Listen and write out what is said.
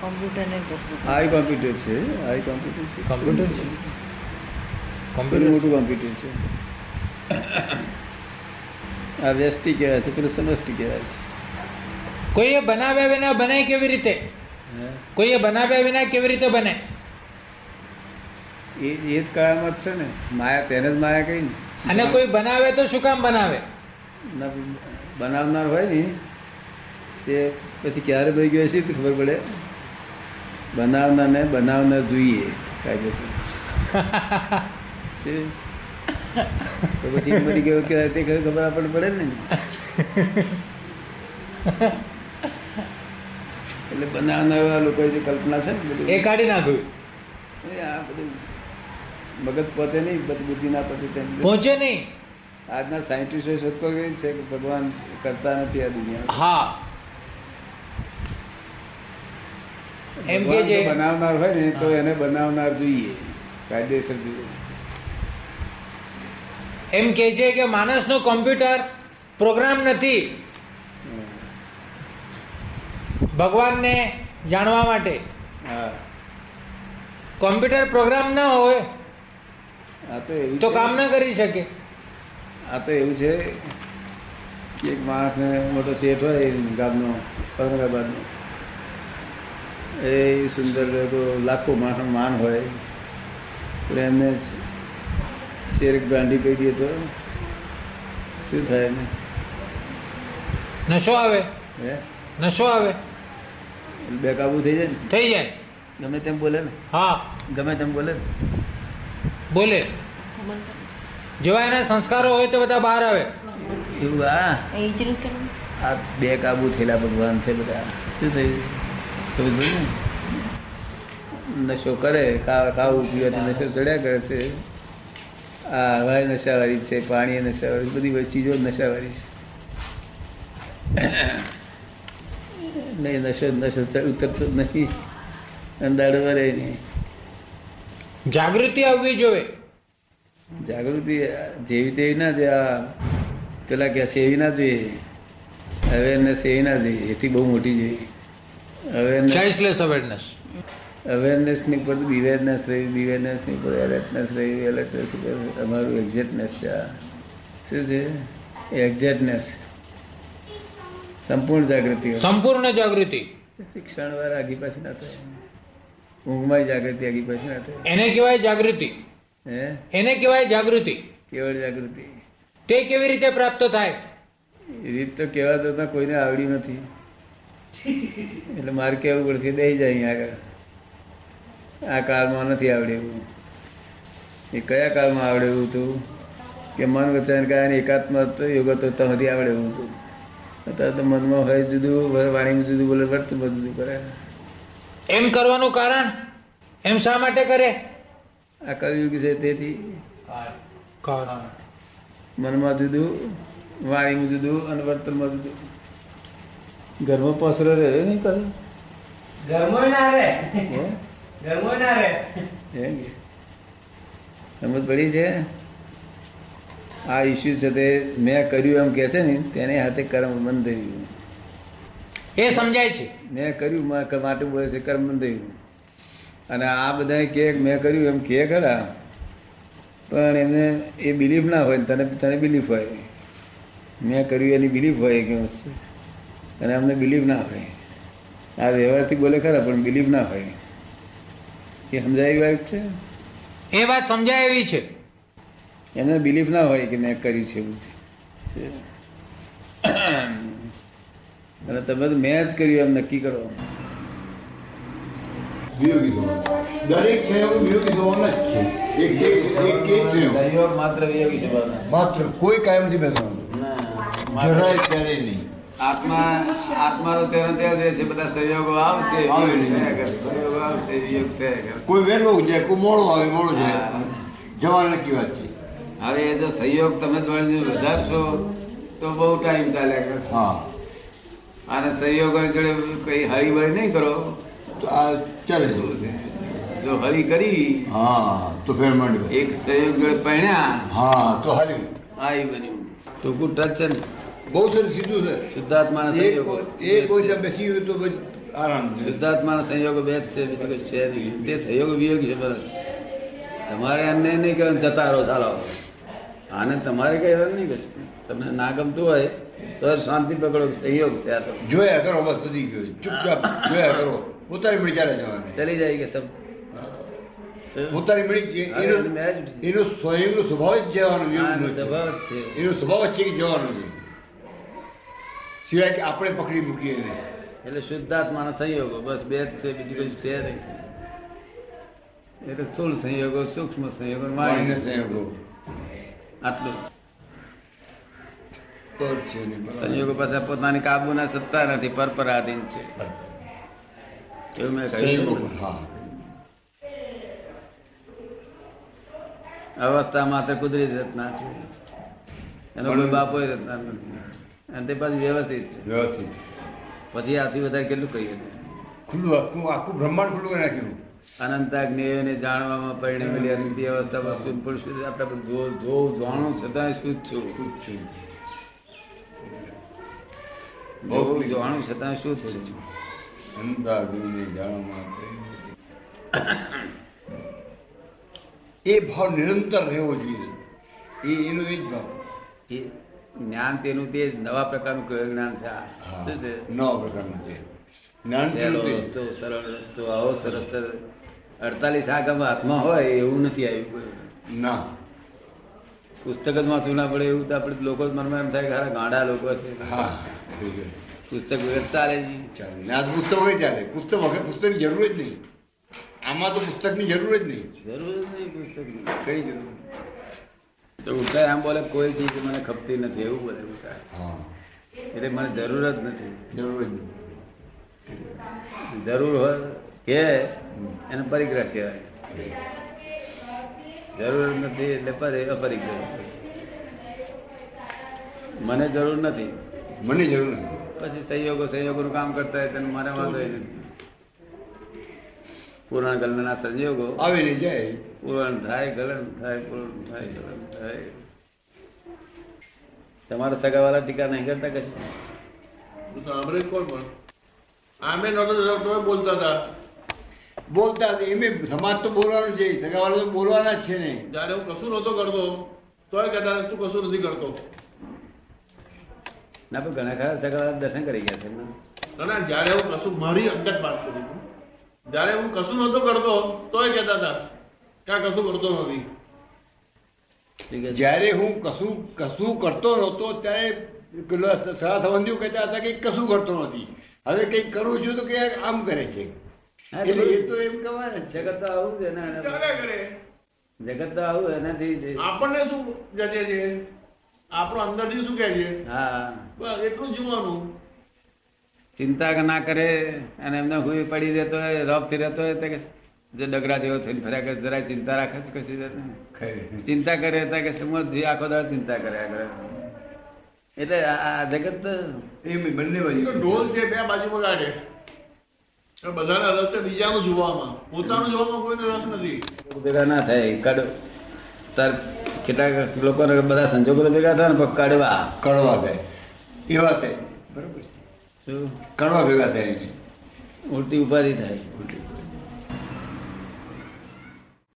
Computer ને computer આઈ computer છે આઈ કોમ્પ્યુટર છે કોમ્પ્યુટર છે પેલું કોમ્પ્યુટર મોટું કોમ્પ્યુટર છે આ વ્યસ્ટી કહેવાય છે પેલું સમષ્ટિ કહેવાય છે કોઈએ બનાવ્યા વિના બને કેવી રીતે હે? કોઈએ બનાવ્યા વિના કેવી રીતે બને એ એ જ કાળમાં જ છે ને માયા તેને જ માયા કહી ને અને કોઈ બનાવે તો શું કામ બનાવે ના, બનાવનાર હોય ને તે પછી ક્યારે ભાઈ ગયો છે તે ખબર પડે બનાવનારને બનાવનાર જોઈએ કાયદેસર તે- તો પછી એ મરી ગયો કહેવાય તે કઈ ખબર આપણને પડે ને એટલે બનાવનાર એવા લોકો જે કલ્પના છે ને બધું એ કાઢી નાખ્યું એ આ બધું મગજ પહોંચે નહીં બધી બુદ્ધિ ના પહોંચે તેમ પહોંચે નહીં આજના સાયન્ટિસ્ટોએ શોધખોળ કરી છે કે ભગવાન કરતા નથી આ દુનિયા હા એમ કે જે બનાવનાર હોય ને તો હા. એને બનાવનાર જોઈએ કાયદેસર જોઈએ એમ કે છે કે માણસનો કોમ્પ્યુટર પ્રોગ્રામ નથી ભગવાનને જાણવા માટે હા કોમ્પ્યુટર પ્રોગ્રામ ના હોય આ તો એવું તો છે- કામ ના કરી શકે આ તો એવું છે કે એક માણસને મોટો શેઠ હોય એ ગામનો ઔરંગાબાદનો એ સુંદર લોકો લાખો માણસનું માન હોય પણ એમને ચેરેક બ્રાન્ડી કહી દઈએ તો શું થાય ને નશો આવે હે નશો આવે એટલે બેકાબુ થઈ જાય થઈ જાય ને ગમે તેમ બોલે ને હા ગમે તેમ બોલે ને બોલે ખબર જેવા એના સંસ્કારો હોય તો બધા બહાર આવે એવું આ પડે એ જ રીતે આ બે કાબુ થયેલા ભગવાન છે બધા શું થયું સમજ પડી ને? નશો કરે કા- કાવું પીવાથી નશો ચડ્યા કરે છે આ હવાએ નશાવાળી છે પાણી નશાવાળી છે, બધી વસ્તુ ચીજો નશાવાળી છે નહીં નશો નશો ચ- ઉતરતો જ નથી અને દાડો વરે નહીં જાગૃતિ આવવી જોઈએ જાગૃતિ જેવી તેવી ના જે આ પેલા કે છે એવી ના જોઈએ અવેરનેસ એવી ના જોઈએ એથી બહુ મોટી જોઈએ અવેરનેસ ચોઇસલેસ અવેરનેસ અવેરનેસ ની ઉપર બિવેરનેસ રહી બિવેરનેસ ની ઉપર એલર્ટનેસ રહી એલર્ટનેસ ઉપર અમારું એક્ઝેક્ટનેસ છે આ શું છે એક્ઝેક્ટનેસ સંપૂર્ણ જાગૃતિ હોય. સંપૂર્ણ જાગૃતિ શિક્ષણ વાર આગી પાછી ના થાય ઊંઘમાં જાગૃતિ આગી પાછી ના થાય એને કહેવાય જાગૃતિ હે એને કહેવાય જાગૃતિ કેવળ જાગૃતિ તે કેવી રીતે પ્રાપ્ત થાય એ રીત તો કહેવા જતા કોઈને આવડી નથી એટલે મારે કહેવું પડશે દઈ જાય અહીંયા આગળ આ કાળમાં નથી આવડે એવું એ કયા કાળમાં આવડે એવું હતું કે મન વચન કાય અને એકાત્મ તો યોગ તો ત્યાંથી આવડે એવું હતું અત્યારે તો મનમાં હોય જુદું વાણીમાં જુદું બોલે વર્તનમાં જુદું કરે એમ કરવાનું કારણ એમ શા માટે કરે આ કલયુગ છે તેથી કારણ મનમાં જુદું વાણીમાં જુદું અને વર્તનમાં જુદું ઘરમાં પસરો રહ્યો નહીં કરે ઘરમાં ના રે હે? ઘરમાં ના રે સમજ પડી છે આ ઇસ્યુ છે તે મેં કર્યું એમ કે છે ને તેને હાથે કર્મ બંધ થયું એ સમજાય છે મેં કર્યું મા- ક- માટે બોલે છે કર્મ બંધ થયું અને આ બધા કે મેં કર્યું એમ કે ખરા પણ એમને એ બિલીફ ના હોય ને તને તને બિલીફ હોય મેં કર્યું એની બિલીફ હોય કે વસ્તુ અને અમને બિલીફ ના હોય આ વ્યવહારથી બોલે ખરા પણ બિલીફ ના હોય એ સમજાય વાત છે એ વાત સમજાય એવી છે એને બિલીફ ના હોય કે મેં કર્યું છે એવું છે અને તમે તો મેં જ કર્યું એમ નક્કી કરો વિયોગી ધોરણ દરેક છે એવું વિયોગી ધોરણ જ છે એક એક એક એક છે એવું. સહયોગ માત્ર વિયોગી જવાનો છે. માત્ર કોઈ કાયમથી બેસવાનું માત્ર જરાય ક્યારે નહીં આત્મા આત્મા તો તેનો ત્યાં જ રહે છે બધા સહયોગો આવશે આવે વિયોગ નહીં. થયા કરશે. સહયોગો આવશે વિયોગ થયા કરશે. કોઈ વહેલો જાય કોઈ મોડો આવે મોડો જાય હા. જવા નક્કી વાત છે હવે એ જો સહયોગ તમે જોડીને વધારશો તો બહુ ટાઈમ ચાલ્યા કરશે હા અને સહયોગો જોડે કઈ હળીબળી નહીં કરો તો આ ચાલે છે શું છે? જો હળી કરી હા તો ફેર માંડ્યો એક સહયોગ જોડે પહેણ્યા હા તો હાર્યું આવી બન્યું ટૂંકું ટચ છે ને બહુ સરસ સીધું છે શુદ્ધાત્માના એ સંયોગો કોઈ- એ કોઈ ત્યાં બેસી હોય તો પછી આરામ છે શુદ્ધાત્માના સંયોગો બે જ છે બીજું કઈ છે નહીં તે સંયોગ વિયોગ છે બસ તમારે એમને નહીં કહેવાનું જતા રહો ચાલો આને તમારે કહેવાનું નહીં કશું તમને ના ગમતું હોય તો શાંતિ પકડો સંયોગ છે આ તો જોયા કરો બસ વધી ગયો ચૂપચાપ જોયા કરો ઉતારી મળી ક્યારે જવાની ચલી જાય કે સબ ઉતારી મળી એ- એનો એનો સ્વયંનો સ્વભાવ જ જવાનો હા, એનો એનો સ્વભાવ જ છે. એનો સ્વભાવ જ છે કે જવાનો છે સિવાય કે આપણે પકડી મૂકીએ એને એટલે શુદ્ધાત્માના સંયોગો બસ બે જ છે બીજું કઈ છે નહીં એટલે સ્થૂળ સંયોગો સૂક્ષ્મ સંયોગો માઈને માઇનસ સંયોગો આટલું જ. તો જ છે એની બરાબર. સંયોગો પાછા પોતાની કાબુના સત્તા નથી પરપરાધીન છે એવું મેં કહ્યું છે ને? સંયોગો હા અવસ્થા માત્ર કુદરતી રચના છે એનો કોઈ બાપો રચના નથી અને તે પાછી વ્યવસ્થિત છે વ્યવસ્થિત પછી આથી વધારે કેટલું કહીએ ખુલ્લું આખું આખું બ્રહ્માંડ ખુલ્લું કરી નાખ્યું અનંતાગ્નેયોને જાણવામાં પરિણમેલી અનંતી અવસ્થામાં શુદ્ધ પુરુષ સુધી આપણે પણ જો જો જાણું છતાંય શુદ્ધ છું પૂછ્યું જો જાણું છતાંય શુદ્ધ છું અંધાધૂને જાણવા માટે એ ભાવ નિરંતર રહેવો જોઈએ એ એનો એ જ ભાવ એ જ્ઞાન તેનું તે જ નવા પ્રકારનું કયું જ્ઞાન છે આ શું છે નવા પ્રકારનું છે જ્ઞાન સહેલો કેવું છે? રસ્તો સરળ રસ્તો આવો સરસ અડતાલીસ આગમ હાથમાં હોય એવું નથી આવ્યું કોઈ. ના પુસ્તક જ વાંચવું ના પડે એવું તો આપણે લોકો જ મનમાં એમ થાય કે હારા ગાંડા લોકો છે હા એવું છે. પુસ્તક વગર ચાલે નહીં. ચાલે ને આ તો પુસ્તક હોય ચાલે પુસ્તક વગર પુસ્તકની જરૂર જ નહીં આમાં તો પુસ્તકની જરૂર જ નહીં જરૂર જ નહીં પુસ્તકની. કઈ જરૂર તો ઉલટાય આમ બોલે કોઈ ચીજ મને ખપતી નથી એવું બોલે ઉલટાય. હા એટલે મને જરૂર જ નથી જરૂર જ નહીં જરૂર હોય કે એને પરિગ્રહ કહેવાય જરૂર જ નથી એટલે પરિ- અપરિગ્રહ મને જરૂર નથી મને જરૂર નથી પછી સંયોગો સંયોગોનું કામ કરતા હોય તેને મારે વાંધો ય નથી પુરાણ ગલના સંયોગો આવે ને જાય પૂરણ થાય ગલન થાય પૂરણ થાય ગલન થાય તમારા સગા વાળા ટીકા નહીં કરતા કશું સાંભળે કોણ પણ આમે નતો તમે બોલતા હતા બોલતા હતા. એમે સમાજ તો બોલવાનું છે સગાવાળા તો બોલવાના જ છે ને જ્યારે હું કશું નહોતો કરતો તોય કહેતા તું કશું નથી કરતો ના પણ ઘણા ખરા સગા વાળા દર્શન કરી ગયા છે ને. ના, ના જ્યારે હું કશું મારી અંગત વાત કરું છું જ્યારે હું કશું નહોતો કરતો તોય કહેતા હતા ક્યાં કશું કરતો નથી ઠીક છે? જ્યારે હું કશું કશું કરતો નહોતો ત્યારે પેલા સગા સંબંધીઓ કહેતા હતા કે કશું કરતો નથી હવે કંઈક કરું છું તો કે આમ કરે છે હા, એટલે એ તો તો એમ કહેવાય ને જગત તો આવું છે ને ચાલ્યા કરે જગત તો આવું એનાથી છે આપણને શું જજે છે આપણો અંદરથી શું કહે છે હા બસ એટલું જ જોવાનું ચિંતા ના કરે અને એમને હુઈ પડી રહેતો હોય રોપથી રહેતો હોય તો કે જે ડગરા જેવો થઈને ફર્યા કરે જરાય ચિંતા રાખે છે કશી જાતની? ખરી. ચિંતા કરે તો કે સમજ જે આખો દાડો ચિંતા કર્યા કરે એટલે આ આ જગત એમ બંને એ તો બાજુ ઢોલ છે બે બાજુ વગાડે એટલે બધાને રસ છે બીજાનું જોવામાં પોતાનું જોવામાં કોઈને રસ નથી ભેગા ના થાય કડ તાર કેટલાક લોકોને બધા સંજોગો તો ભેગા થાય ને પણ કડવા કડવા થાય એવા થાય બરોબર શું કડવા ભેગા થાય એને. ઉલટી ઉપાધિ થાય